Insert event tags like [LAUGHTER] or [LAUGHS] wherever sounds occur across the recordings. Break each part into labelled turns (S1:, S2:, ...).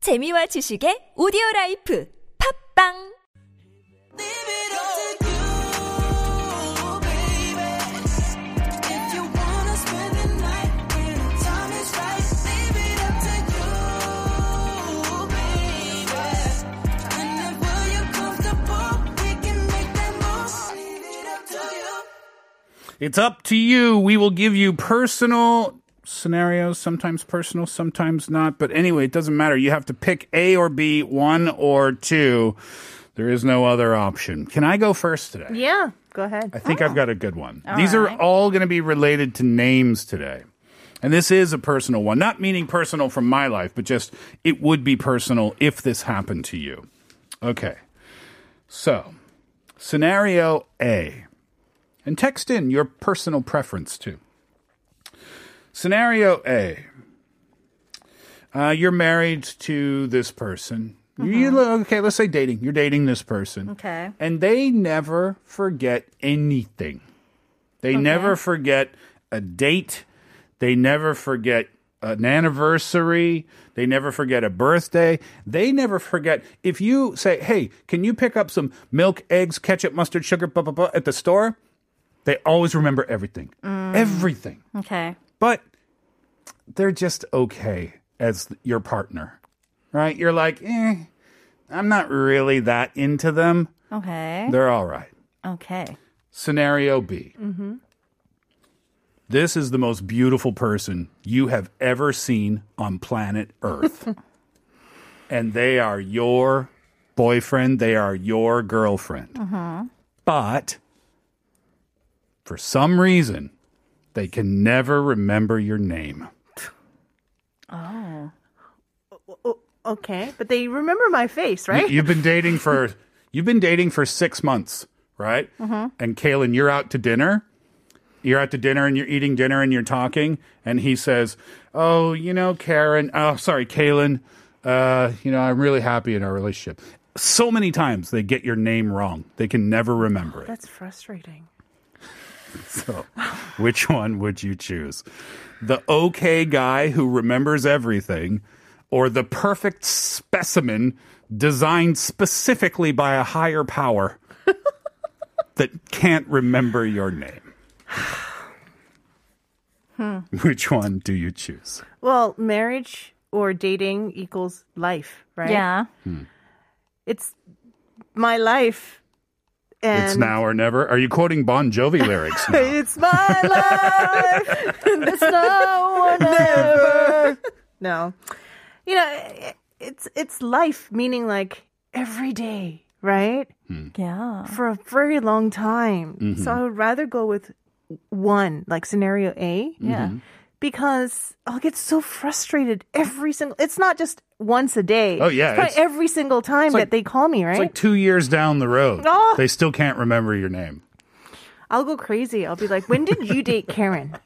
S1: 재미와 지식의 오디오 라이프 팝빵
S2: It's up to you. We will give you personal scenarios, sometimes personal, sometimes not. But anyway, it doesn't matter. You have to pick A or B, one or two. There is no other option. Can I go first today?
S3: Yeah, go ahead.
S2: I think I've got a good one. These are all going to be related to names today. And this is a personal one, not meaning personal from my life, but just it would be personal if this happened to you. Okay. So, scenario A. And text in your personal preference too. Scenario A. Uh, you're married to this person. You look okay, let's say dating. You're dating this person.
S3: Okay.
S2: And they never forget anything. They never forget a date. They never forget an anniversary. They never forget a birthday. They never forget. If you say, hey, can you pick up some milk, eggs, ketchup, mustard, sugar, blah, blah, blah, at the store? They always remember everything. Everything.
S3: Okay.
S2: But they're just okay as your partner, right? You're like, eh, I'm not really that into them.
S3: Okay.
S2: They're all right.
S3: Okay.
S2: Scenario B. This is the most beautiful person you have ever seen on planet Earth. and they are your boyfriend, they are your girlfriend. But for some reason, they can never remember your name.
S3: Oh, Okay. But they remember my face,
S2: You-
S3: right?
S2: You've been dating for you've been dating for six months, right? And Kaylin, you're out to dinner. You're out to dinner and you're eating dinner and you're talking, and he says, "Oh, you know, Karen. Oh, sorry, Kaylin. Uh, you know, I'm really happy in our relationship." So many times they get your name wrong; they can never remember it.
S3: That's frustrating.
S2: So, which one would you choose? The okay guy who remembers everything, or the perfect specimen designed specifically by a higher power that can't remember your name?
S3: Hmm.
S2: Which one do you choose?
S3: Well, marriage or dating equals life, right?
S4: Yeah.
S3: It's my life. And
S2: it's now or never. Are you quoting Bon Jovi lyrics?
S3: [LAUGHS]
S2: now?
S3: It's
S2: [LAUGHS]
S3: my life. There's no one ever. No, you know, it- it's it's life, meaning like every day, right?
S4: Yeah.
S3: For a very long time.
S2: Mm-hmm.
S3: So I would rather go with one, like scenario A,
S4: Yeah.
S3: because I'll get so frustrated every single. It's not just once a day.
S2: Oh, yeah,
S3: it's probably
S2: it's-
S3: every single time
S2: like-
S3: that they call me, right?
S2: It's like two years down the road.
S3: Oh.
S2: They still can't remember your name.
S3: I'll go crazy. I'll be like, when did you
S2: [LAUGHS]
S3: date Karen?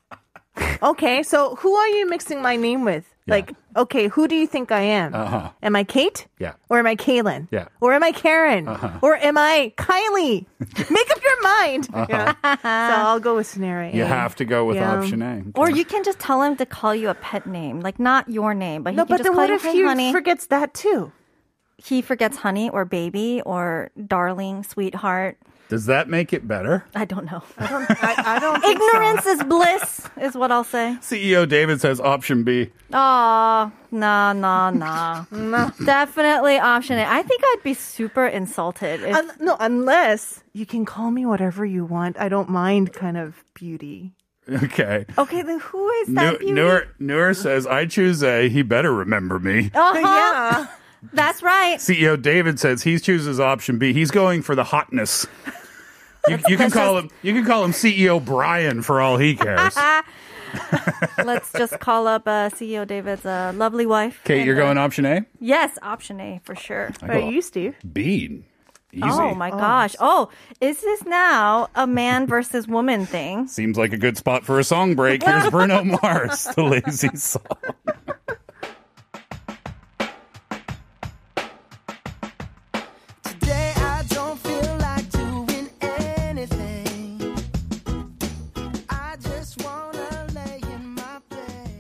S3: okay, so who are you mixing my name with? Like, okay, who do you think I am? Uh-huh. Am I Kate?
S2: Yeah.
S3: Or am I Kaylin?
S2: Yeah. Uh-huh.
S3: Or am I Karen? Or am I
S2: [LAUGHS]
S3: Kylie? Make up your mind. Yeah. So I'll go with scenario.
S2: Uh-huh. You
S3: A.
S2: have to go with
S3: Yeah.
S2: option A.
S4: Or you can just tell him to call you a pet name, like not your name, but he
S3: No, but
S4: can just
S3: then
S4: call
S3: what
S4: you
S3: if
S4: hey,
S3: he
S4: honey.
S3: forgets that too?
S4: he forgets honey or baby or darling, sweetheart.
S2: Does that make it better?
S4: I don't know.
S3: I, I don't. think so.
S4: [LAUGHS] Ignorance is bliss, is what I'll say.
S2: CEO E David says option B.
S4: Oh, nah, nah,
S3: [LAUGHS]
S4: nah. Definitely option A. I think I'd be super insulted. If,
S3: Un- no, unless you can call me whatever you want. I don't mind kind of beauty.
S2: Okay.
S4: okay, then who is
S2: New,
S4: that beauty?
S2: Newer, Newer says, I choose A. He better remember me.
S4: [LAUGHS] Uh-huh,
S3: [LAUGHS] Yeah. [LAUGHS]
S4: That's right.
S2: CEO David says he chooses option B. He's going for the
S4: [LAUGHS]
S2: hotness. You, you can call him. You can call him CEO Brian for all he cares.
S4: [LAUGHS] Ah. Let's just call up uh, CEO David's uh, lovely wife.
S2: Kate, you're
S4: And, uh,
S2: going option A.
S4: Yes, option A for sure.
S3: But you,
S2: [LAUGHS]
S3: Steve?
S2: B. Easy.
S4: Oh my gosh. Oh, is this now a man versus woman thing?
S2: Seems like a good spot for a song
S4: [LAUGHS]
S2: break. Here's Bruno Mars, the lazy song.
S5: Today I don't feel like doing anything. I just wanna lay in my bed.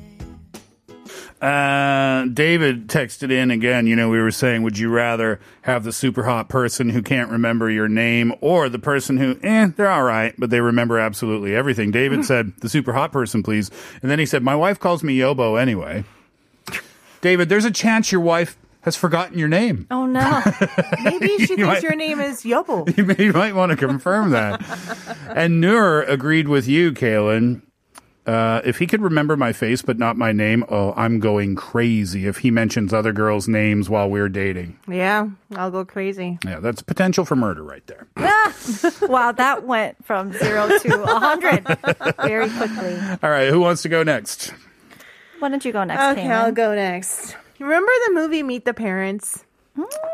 S2: Uh, David texted in again. You know, we were saying, would you rather have the super hot person who can't remember your name or the person who, eh, they're all right, but they remember absolutely everything? David said, the super hot person, please. And then he said, my wife calls me Yobo anyway. David, there's a chance your wife has forgotten your name.
S4: Oh no.
S3: Maybe she thinks
S2: might-
S3: your name is Yobo.
S2: [LAUGHS] you, may, you might want to confirm that. and Nur agreed with you, Kalen. Uh, if he could remember my face but not my name, oh, I'm going crazy if he mentions other girls' names while we're dating.
S3: Yeah, I'll go crazy.
S2: Yeah, that's potential for murder right there.
S4: [LAUGHS] wow, that went from zero to a
S3: [LAUGHS]
S4: hundred very quickly.
S2: All right, who wants to go next?
S4: Why don't you go next,
S3: Okay, I'll
S4: Kaylin?
S3: go next. Hmm. Remember the movie Meet the Parents?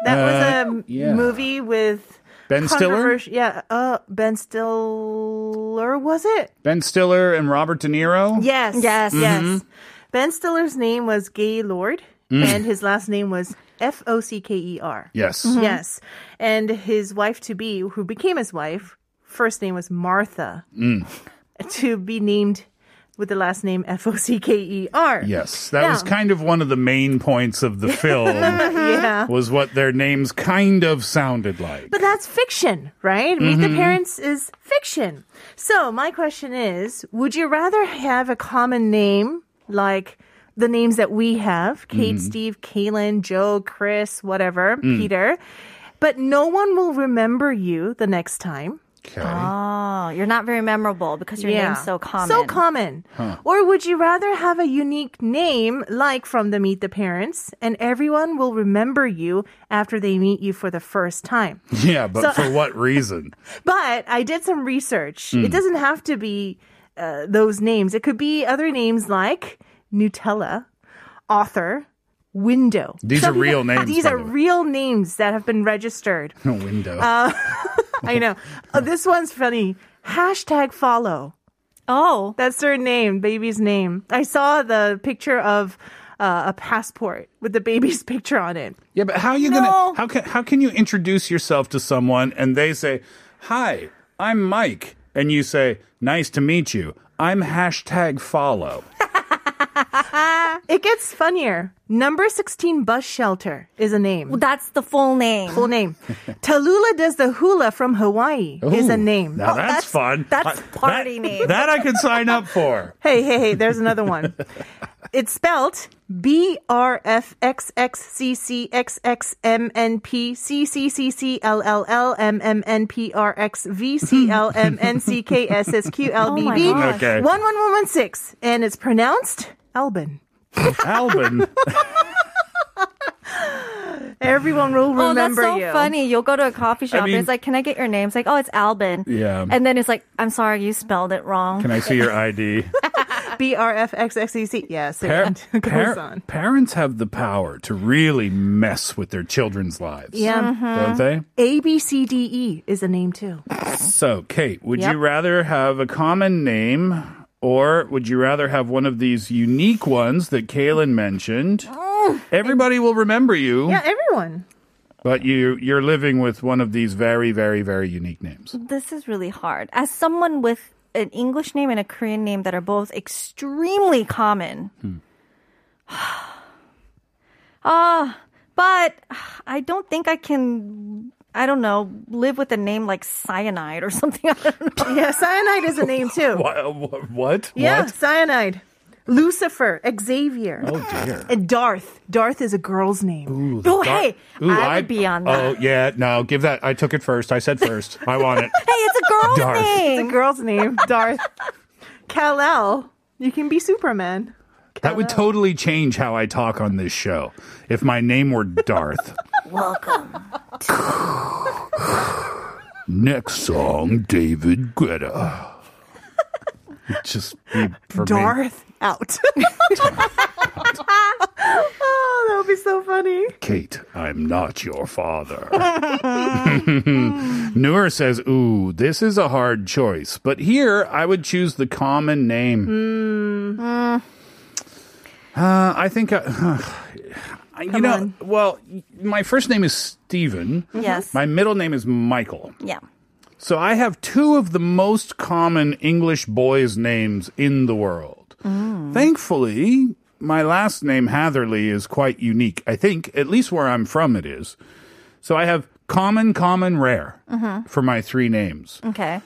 S3: That was
S2: Uh,
S3: a
S2: yeah.
S3: movie with
S2: Ben Stiller?
S3: controversial- Yeah, uh, Ben Stiller was it?
S2: Ben Stiller and Robert De Niro?
S3: Yes,
S4: Yes.
S2: Mm-hmm.
S3: yes. Ben Stiller's name was Gaylord,
S2: Mm.
S3: and his last name was F O C K E R.
S2: Yes.
S3: Yes, and his wife to be, who became his wife, first name was Martha, to be named with the last name F O C K E R.
S2: Yes. That
S3: Yeah.
S2: was kind of one of the main points of the film,
S3: [LAUGHS] yeah.
S2: was what their names kind of sounded like.
S3: But that's fiction, right? Meet the Parents is fiction. So my question is, would you rather have a common name like the names that we have, Kate, Steve, Kaylin, Joe, Chris, whatever, Peter, but no one will remember you the next time?
S2: Okay.
S4: Oh, you're not very memorable because your name's so common.
S3: So common. Or would you rather have a unique name like from the Meet the Parents and everyone will remember you after they meet you for the first
S2: [LAUGHS]
S3: time?
S2: yeah, but for what reason? [LAUGHS]
S3: But I did some research.
S2: Hmm.
S3: It doesn't have to be uh, those names. It could be other names like Nutella, author, window.
S2: These are
S3: [LAUGHS]
S2: real names,
S3: These
S2: by
S3: are
S2: the way.
S3: real names that have been registered.
S2: A window.
S3: Uh, I know. Oh, this one's funny. Hashtag follow.
S4: Oh,
S3: That's her name, baby's name. I saw the picture of uh, a passport with the baby's [LAUGHS] picture on it.
S2: Yeah, but how are you
S4: No.
S2: gonna how can how can you introduce yourself to someone and they say, "Hi, I'm Mike," and you say, "Nice to meet you. I'm hashtag follow."
S3: It gets funnier. Number 16 bus shelter is a name.
S4: that's the full name.
S2: [LAUGHS]
S3: full name. Tallulah does the hula from Hawaii is a
S2: Ooh,
S3: name.
S2: Now
S4: Oh,
S2: that's,
S4: that's-
S2: fun.
S4: that's
S2: I- that-
S4: party name.
S2: [LAUGHS] That I could sign up for.
S3: Hey, hey, hey, there's another
S4: [LAUGHS]
S3: one. it's spelt B R F X X C C X X M N P C C C C L L L M M N P R X V C L M N C K S S Q L B
S4: Oh my
S3: B
S4: gosh.
S2: Okay.
S3: 11116. And it's pronounced Albin.
S2: Albin.
S3: Everyone will
S4: Oh, that's
S3: remember
S4: so
S3: you.
S4: funny. You'll go to a coffee shop
S2: mean-
S4: and it's like, "Can I get your name?" It's like, "Oh, it's Albin."
S2: Yeah.
S4: And then it's like, "I'm sorry, you spelled it wrong."
S2: Can I see your ID?
S3: B R F X X E C. Yes, it
S2: Par-
S3: [LAUGHS] goes
S2: par-
S3: on.
S2: parents have the power to really mess with their children's lives.
S3: Yeah.
S2: Don't they?
S3: A B C D E is a name too.
S2: So, Kate, would
S4: Yep.
S2: you rather have a common name or would you rather have one of these unique ones that Kaylin mentioned?
S4: Oh,
S2: Everybody will remember you,
S3: Yeah, everyone.
S2: but you you're living with one of these very, very, very unique names.
S4: This is really hard. As someone with an English name and a Korean name that are both extremely common. [SIGHS] Ah, but I don't think I can. I don't know. Live with a name like cyanide or [LAUGHS] something. I don't know.
S3: [LAUGHS] Yeah, cyanide is a name too.
S2: What? What?
S3: Yeah, cyanide. Lucifer, Xavier,
S2: Oh dear.
S3: and Darth. Darth is a girl's name.
S2: Ooh, the
S4: Oh,
S2: dark-
S4: hey, I would be on that.
S2: Oh yeah, no, give that. I took it first. I said first. I want
S4: [LAUGHS]
S2: it.
S4: Hey, it's a girl's
S2: Darth.
S4: name.
S3: It's a girl's
S2: [LAUGHS]
S3: name, Darth. Kal El. You can be Superman.
S2: That would totally change how I talk on this show if my name were Darth.
S4: Welcome.
S2: Next song, David Guetta. It'd Just be for me.
S3: Darth
S2: [LAUGHS]
S3: out. oh, that would be so funny.
S2: Kate, I'm not your father. Noor says, Ooh, this is a hard choice, but here I would choose the common name. Uh, [SIGHS] I think, I, I- you know,
S3: on.
S2: well, my first name is Steven.
S4: Yes.
S2: My middle name is Michael.
S4: yeah.
S2: So I have two of the most common English boys' names in the world. Thankfully, my last name Hatherley is quite unique. I think at least where I'm from, it is. So I have common, common, rare for my three names.
S4: Okay.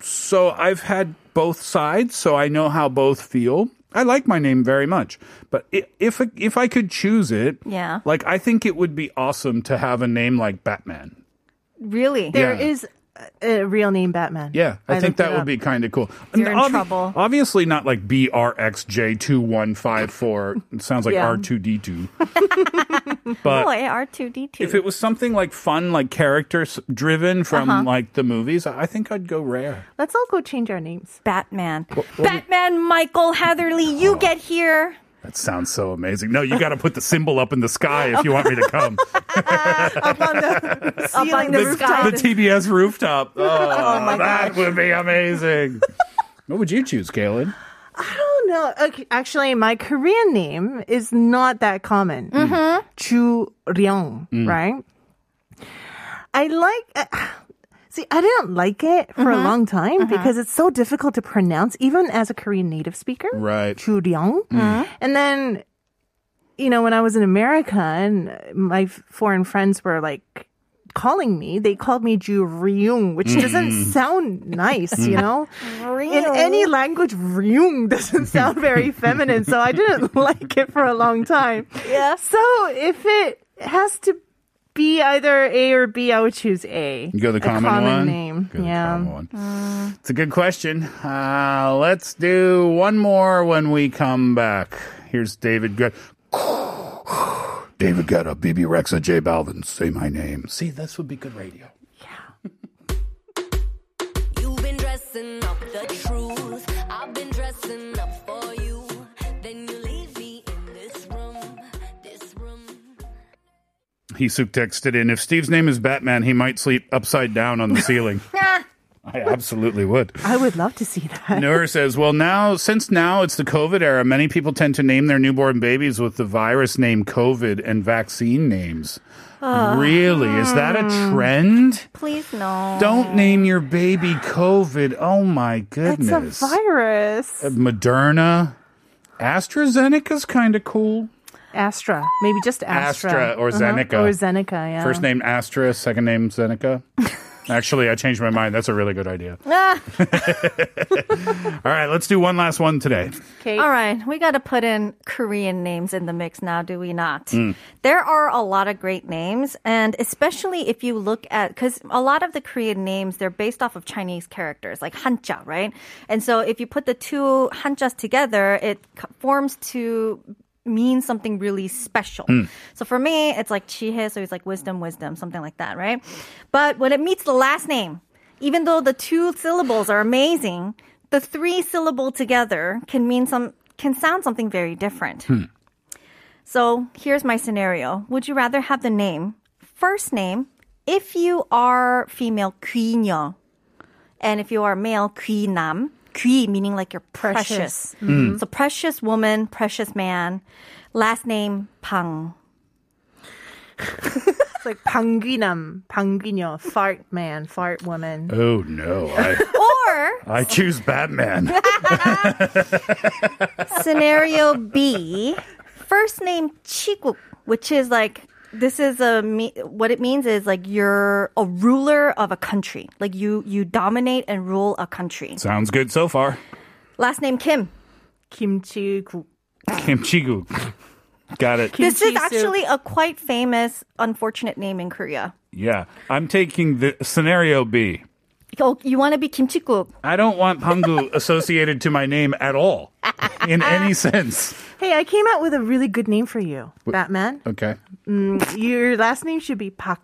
S2: So I've had both sides, so I know how both feel. I like my name very much, but i- if if I could choose it,
S4: Yeah.
S2: like I think it would be awesome to have a name like Batman.
S4: Really?
S3: There
S2: Yeah.
S3: is a a real name Batman.
S2: Yeah, I, think
S3: looked it
S2: that would
S3: up.
S2: be kind of cool.
S4: You're in
S2: Obvi-
S4: trouble.
S2: Obviously, not like BRXJ2154. It sounds like
S3: Yeah.
S2: R2D2. but
S4: Boy, R2D2.
S2: if it was something like fun, like character s- driven from like the movies, I I think I'd go rare.
S3: Let's all go change
S2: [LAUGHS]
S3: our names.
S4: Batman. Batman Michael Hatherley,
S2: Oh.
S4: you get here.
S2: That sounds so amazing. No, you got to put the symbol up in the sky if you want me to come.
S3: Up on the, ceiling,
S4: on the
S2: the,
S4: rooftop.
S2: the TBS rooftop. Oh,
S3: my
S2: that would be amazing. what would you choose, Kaylin?
S3: Oh no! Okay, actually, my Korean name is not that common. Mm-hmm. Chu Ryung, right? I like. uh, see, I didn't like it for a long time because it's so difficult to pronounce, even as a Korean native speaker.
S2: Right.
S3: Chu Ryung, and then, you know, when I was in America and my f- foreign friends were like. Calling me, they called me Ju Ryung, which
S2: Mm.
S3: doesn't sound nice, you know? in any language, "ryung" doesn't
S2: [LAUGHS]
S3: sound very feminine, so I didn't [LAUGHS] like it for a long time.
S4: Yeah.
S3: So if it has to be either A or B, I would choose A.
S2: You go the
S3: A
S2: common, one.
S3: name.
S2: Go the
S3: yeah.
S2: common one. It's a good question. Uh, let's do one more when we come back. Here's David. Gu- [SIGHS] David Guetta, BB Rexa, J Balvin. Say my name. See, this would be good radio.
S6: You've been dressing up the truth. I've been dressing up for you. Then you leave me in this room, this room.
S2: Hisuk texted in. If Steve's name is Batman, he might sleep upside down on the ceiling. I absolutely would.
S3: I would love to see that.
S2: Noor says, "Well, now since now it's the COVID era, many people tend to name their newborn babies with the virus name COVID and vaccine names. really, is that a
S3: Ah.
S2: trend?
S4: Please, no.
S2: Don't name your baby COVID. Oh my
S3: It's a
S2: goodness! Uh,
S3: virus.
S2: Moderna, AstraZeneca's kind of cool.
S3: Astra, maybe just Astra, Uh-huh.
S2: Astra or Zeneca.
S3: or Zeneca. Yeah.
S2: First name Astra, second name
S3: [LAUGHS]
S2: Zeneca." Actually, I changed my mind. That's a really good idea.
S4: Ah.
S2: All right, let's do one last one today.
S4: All right, we got to put in Korean names in the mix now, do we not? There are a lot of great names, and especially if you look at because a lot of the Korean names they're based off of Chinese characters, like Hanja, right? And so if you put the two Hanjas together, it co- forms to mean something really special. So for me, it's like Chihe, so it's like wisdom, wisdom, something like that, right? But when it meets the last name, even though the two syllables are amazing, the three syllable together can mean some can sound something very different. So here's my scenario. Would you rather have the name first name if you are female 귀녀 and if you are male 귀남 귀 meaning like you're precious. Mm-hmm. So precious woman, precious man. Last name Pang.
S3: It's like Panginam, Panginyo, fart man, fart woman.
S2: Oh no, I,
S4: Or
S2: I choose
S3: [LAUGHS]
S2: Batman.
S4: Scenario B, first name Chiguk, which is like this is a me- what it means is like you're a ruler of a country, like you you dominate and rule a country.
S2: Sounds good so far.
S4: Last name Kim.
S3: Kimchi.
S2: Kimchigu. Got it.
S4: This is
S3: Kimchi soup.
S4: actually a quite famous, unfortunate name in Korea.
S2: Yeah. I'm taking the scenario B.
S4: Oh, you want to be Kimchiguk?
S2: I don't want [LAUGHS] Pangu associated to my name at all in any sense.
S3: Hey, I came out with a really good name for you, Batman.
S2: Okay.
S3: Your last name should be Pak,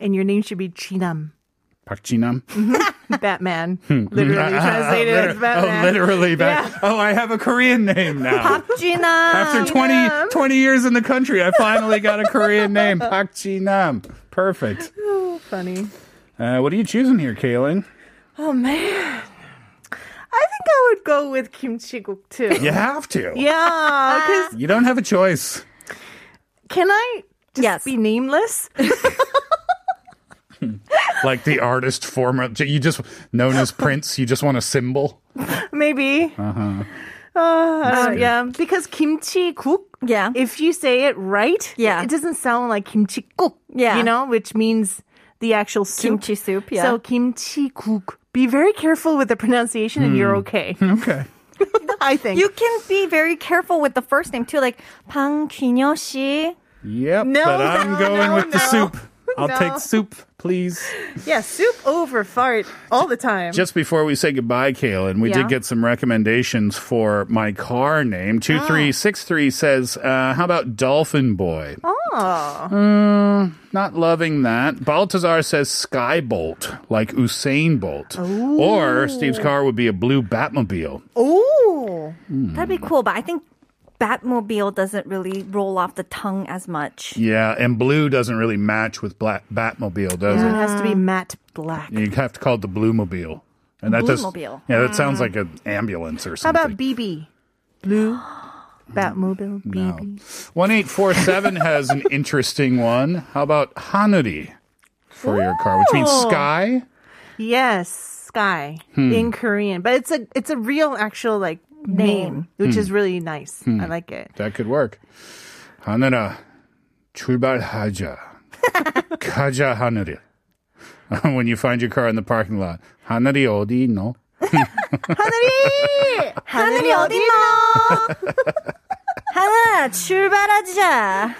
S3: and your name should be Chinam.
S2: Pakchinam.
S3: Batman. Literally translated as Batman.
S2: [LAUGHS] Oh, literally. Back.
S3: Yeah.
S2: Oh, I have a Korean name now. After
S4: Gina.
S2: 20, 20 years in the country, I finally got a Korean name. Pakchinam. Perfect.
S3: Funny.
S2: Uh, what are you choosing here, Kaylin?
S3: Oh man. I think I would go with kimchiguk too.
S2: You have to.
S3: Yeah, because
S2: You don't have a choice.
S3: can I just
S4: Yes.
S3: be nameless?
S2: Like the artist former, you just known as Prince. You just want a symbol.
S3: Maybe. Uh-huh. Uh, yeah, because kimchi cook.
S4: Yeah.
S3: If you say it right,
S4: Yeah.
S3: it doesn't sound like kimchi cook.
S4: Yeah.
S3: You know, which means the actual soup.
S4: Kimchi soup, yeah.
S3: So kimchi cook. Be very careful with the pronunciation, and you're okay. [LAUGHS]
S2: Okay.
S3: I think.
S4: You can be very careful with the first name too, like Pang Kinyo Shi.
S2: Yep.
S3: No,
S2: but I'm
S3: no,
S2: going
S3: no,
S2: with the
S3: no. [LAUGHS]
S2: soup. I'll
S3: No.
S2: take soup, please.
S3: yeah, soup over fart all the time.
S2: Just before we say goodbye, Kaylin, we did
S3: Yeah.
S2: get some recommendations for my car name.
S3: Oh.
S2: 2363 says, uh, How about Dolphin Boy? Uh,
S3: oh,
S2: Not loving that. Baltazar says Skybolt, like Usain Bolt. Or Steve's car would be a blue Batmobile.
S3: oh,
S4: That'd be cool, but I think Batmobile doesn't really roll off the tongue as much.
S2: Yeah, and blue doesn't really match with black Batmobile, does
S3: it has to
S4: Uh.
S3: be matte black.
S2: it? You have to call it the Blue Mobile. And that does-
S4: Bluemobile. Uh-huh.
S2: yeah, that sounds like an ambulance or
S3: How
S2: something.
S3: about BB?
S4: [GASPS]
S3: Blue Batmobile BB.
S4: [LAUGHS]
S2: 1847 has an interesting one. How about Hanuri for your car, which means sky?
S3: Yes, sky in Korean, but it's a it's a real actual like name, which is really nice. I like it.
S2: That could work. 하늘아
S4: [LAUGHS]
S2: 출발하자. 가자 하늘이. [LAUGHS] when you find your car in the parking lot, 하늘이 어디 있노?
S3: 하늘이 하늘이 어디
S4: [LAUGHS] 하나 출발하자.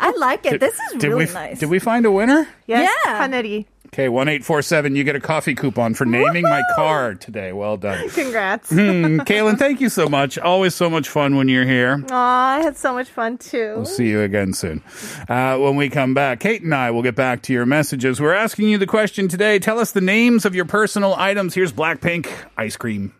S4: I like it. This is
S2: Did
S4: really
S2: we
S4: nice.
S2: did we find a winner?
S3: Yes,
S4: Yeah.
S3: 하늘이.
S2: Okay, 1847, you get a coffee coupon for naming my car today. Well done.
S3: Congrats.
S2: Mm, Kaylin, thank you so much. Always so much fun when you're here.
S3: Aw, I had so much fun too.
S2: We'll see you again soon. Uh, when we come back, Kate and I will get back to your messages. We're asking you the question today. Tell us the names of your personal items. Here's Blackpink ice cream.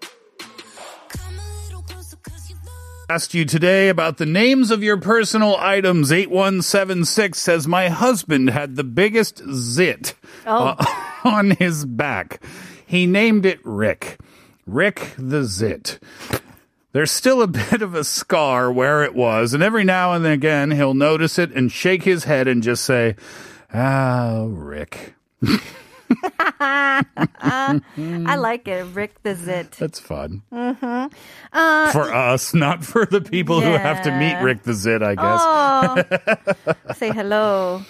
S6: Come a little closer, cause you look
S2: Asked you today about the names of your personal items. 8176 says, My husband had the biggest zit
S4: Oh.
S2: uh, [LAUGHS] on his back. He named it Rick. Rick the Zit. There's still a [LAUGHS] bit of a scar where it was, and every now and again he'll notice it and shake his head and just say, Ah, Rick.
S4: I like it. Rick the Zit.
S2: That's fun. Mm-hmm. for us, not for the people who have to meet
S4: Uh, Yeah.
S2: Rick the Zit, I guess. [LAUGHS]
S4: Oh, say hello.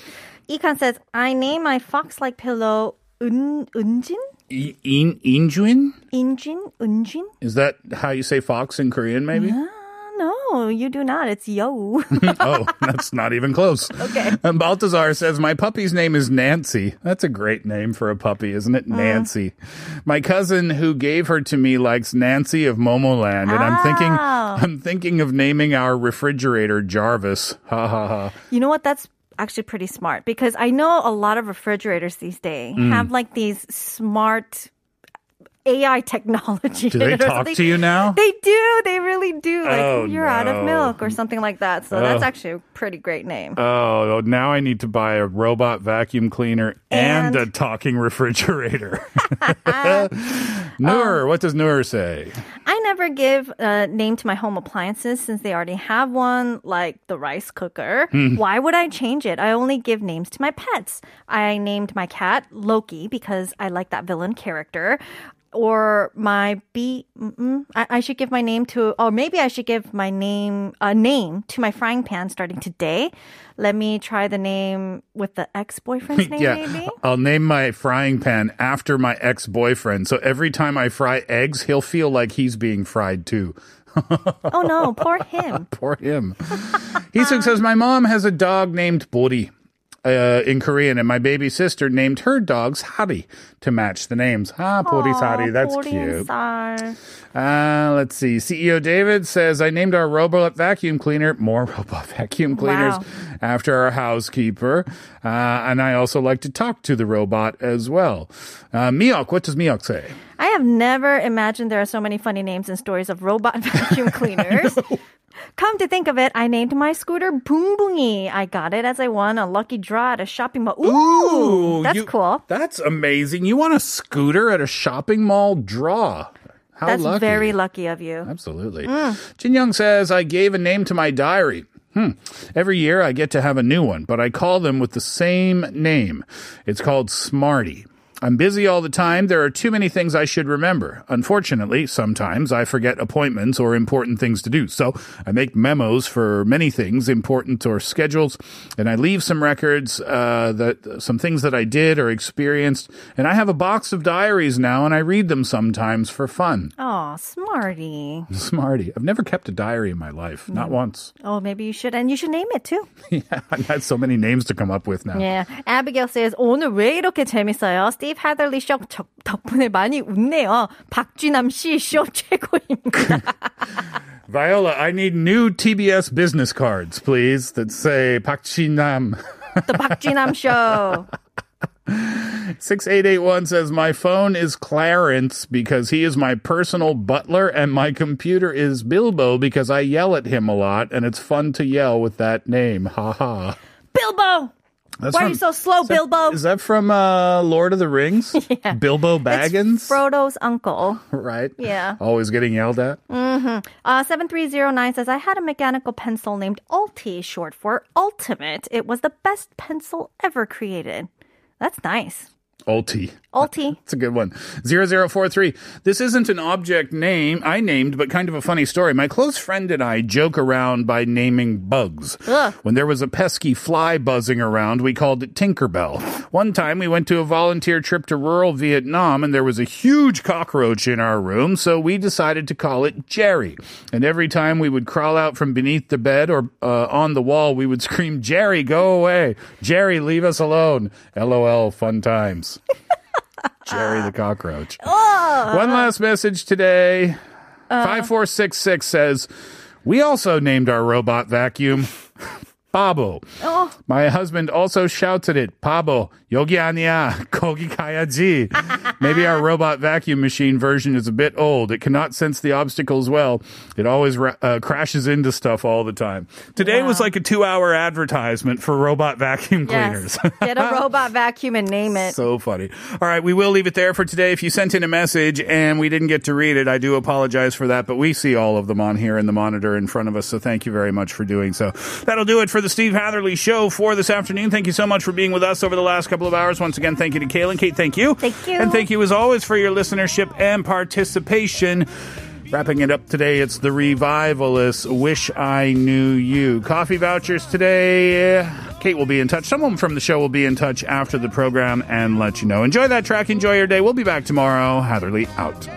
S4: Econ says, I name my fox like pillow Un- Unjin?
S2: E- In- Injuin?
S4: Injin? Unjin? Uh,
S2: Is that how you say fox in Korean, maybe?
S4: No, you do not. It's yo.
S2: [LAUGHS] oh, that's not even close. Okay. And Baltazar says, My puppy's name is Nancy. That's a great name for a puppy, isn't
S4: Uh-huh.
S2: it? Nancy. My cousin who gave her to me likes Nancy of Momoland, and I'm thinking
S4: Oh.
S2: I'm thinking of naming our refrigerator Jarvis. Ha ha ha.
S4: you know what? That's actually pretty smart because I know a lot of refrigerators these days
S2: Mm.
S4: have like these smart AI technology.
S2: Do
S4: [LAUGHS]
S2: they
S4: or
S2: talk
S4: something.
S2: to you now?
S4: They do. They really do. Like
S2: Oh,
S4: you're out
S2: no.
S4: of milk or something like that. So that's actually a pretty great name.
S2: Oh, now I need to buy a robot vacuum cleaner and,
S4: And-
S2: a talking
S4: [LAUGHS]
S2: refrigerator. [LAUGHS]
S4: Um,
S2: Noor, what does Noor say?
S4: I never give a name to my home appliances since they already have one, like the rice cooker.
S2: Hmm.
S4: Why would I change it? I only give names to my pets. I named my cat Loki because I like that villain character. Or my bee, mm-mm, I, I should give my name to, or maybe I should give my name, a name to my frying pan starting today. Let me try the name with the ex
S2: [LAUGHS]
S4: boyfriend's name,
S2: yeah,
S4: maybe.
S2: I'll name my frying pan after my ex boyfriend. So every time I fry eggs, he'll feel like he's being fried too. [LAUGHS]
S4: Oh no, poor him.
S2: Poor him. he says, My mom has a dog named Bori uh, in Korean, and my baby sister named her dogs Hari to match the names. Ah, Bori's Hari. That's
S4: Poor
S2: cute.
S4: Insar.
S2: Uh, let's see. CEO David says, I named our robot vacuum cleaner, more [LAUGHS] robot vacuum cleaners,
S4: Wow.
S2: after our housekeeper. Uh, and I also like to talk to the robot as well. Uh, Miok, what does Miok say?
S4: I have never imagined there are so many funny names and stories of robot [LAUGHS]
S2: [LAUGHS]
S4: vacuum cleaners. Come to think of it, I named my scooter Boong Boongy. I got it as I won a lucky draw at a shopping mall. Ooh, that's
S2: you-
S4: cool.
S2: That's amazing. You want a scooter at a shopping mall draw. How
S4: That's
S2: lucky.
S4: very lucky of you.
S2: Absolutely. Jin Young says, I gave a name to my diary. Hmm. Every year I get to have a new one, but I call them with the same name. It's called Smarty. I'm busy all the time. There are too many things I should remember. Unfortunately, sometimes I forget appointments or important things to do. So I make memos for many things, important or schedules, and I leave some records, uh, that some things that I did or experienced. And I have a box of diaries now, and I read them sometimes for fun.
S4: Oh, smarty.
S2: [LAUGHS] Smarty. I've never kept a diary in my life, not once. [LAUGHS]
S4: Oh, maybe you should. And you should name it too.
S2: I've had so many names to come up with now.
S4: Yeah. Abigail says, 오늘 왜 이렇게 재밌어요? Steve Hatherley 쇼 적- 덕분에 많이 웃네요. 박쥐남 씨쇼 [LAUGHS] 최고입니다.
S2: Viola, I need new TBS business cards, please, that say Pak Chi Nam. [LAUGHS]
S4: The 박쥐남 show.
S2: 6881 says, My phone is Clarence because he is my personal butler, and my computer is Bilbo because I yell at him a lot, and it's fun to yell with that name. Ha ha.
S4: Bilbo!
S2: That's
S4: Why are you so slow,
S2: is that-
S4: Bilbo?
S2: Is that from uh, Lord of the
S4: [LAUGHS]
S2: Rings? Bilbo Baggins?
S4: Frodo's uncle.
S2: [LAUGHS] right?
S4: Yeah.
S2: Always getting yelled at.
S4: Uh, 7309 says, I had a mechanical pencil named Ulti, short for Ultimate. It was the best pencil ever created. That's nice.
S2: Ulti.
S4: Ulti.
S2: It's a good one. 0043. This isn't an object name I named, but kind of a funny story. My close friend and I joke around by naming bugs. When there was a pesky fly buzzing around, we called it Tinkerbell. One time we went to a volunteer trip to rural Vietnam and there was a huge cockroach in our room, so we decided to call it Jerry. And every time we would crawl out from beneath the bed or uh, on the wall, we would [LAUGHS] scream, Jerry, go away. Jerry, leave us alone. LOL, fun times. Jerry the cockroach. One last message today. 5466 says, We also named our robot vacuum [LAUGHS] Pabo. My husband also shouted it, Pabo, 여기 [LAUGHS] 아니야, 거기 가야지. Maybe our robot vacuum machine version is a bit old. It cannot sense the obstacles well. It always ra- uh, crashes into stuff all the time. Today was like a two hour advertisement for robot vacuum cleaners. [LAUGHS]
S4: Yes. Get a robot vacuum and name it.
S2: So funny. All right, we will leave it there for today. If you sent in a message and we didn't get to read it, I do apologize for that, but we see all of them on here in the monitor in front of us. So thank you very much for doing so. That'll do it for the Steve Hatherley show for this afternoon. Thank you so much for being with us over the last couple of hours. Once again, thank you to Kaylin. Kate, thank you.
S4: Thank you.
S2: And thank you as always for your listenership and participation. Wrapping it up today, it's the revivalists. Wish I Knew You. Coffee vouchers today. Kate will be in touch. Someone from the show will be in touch after the program and let you know. Enjoy that track. Enjoy your day. We'll be back tomorrow. Hatherley out.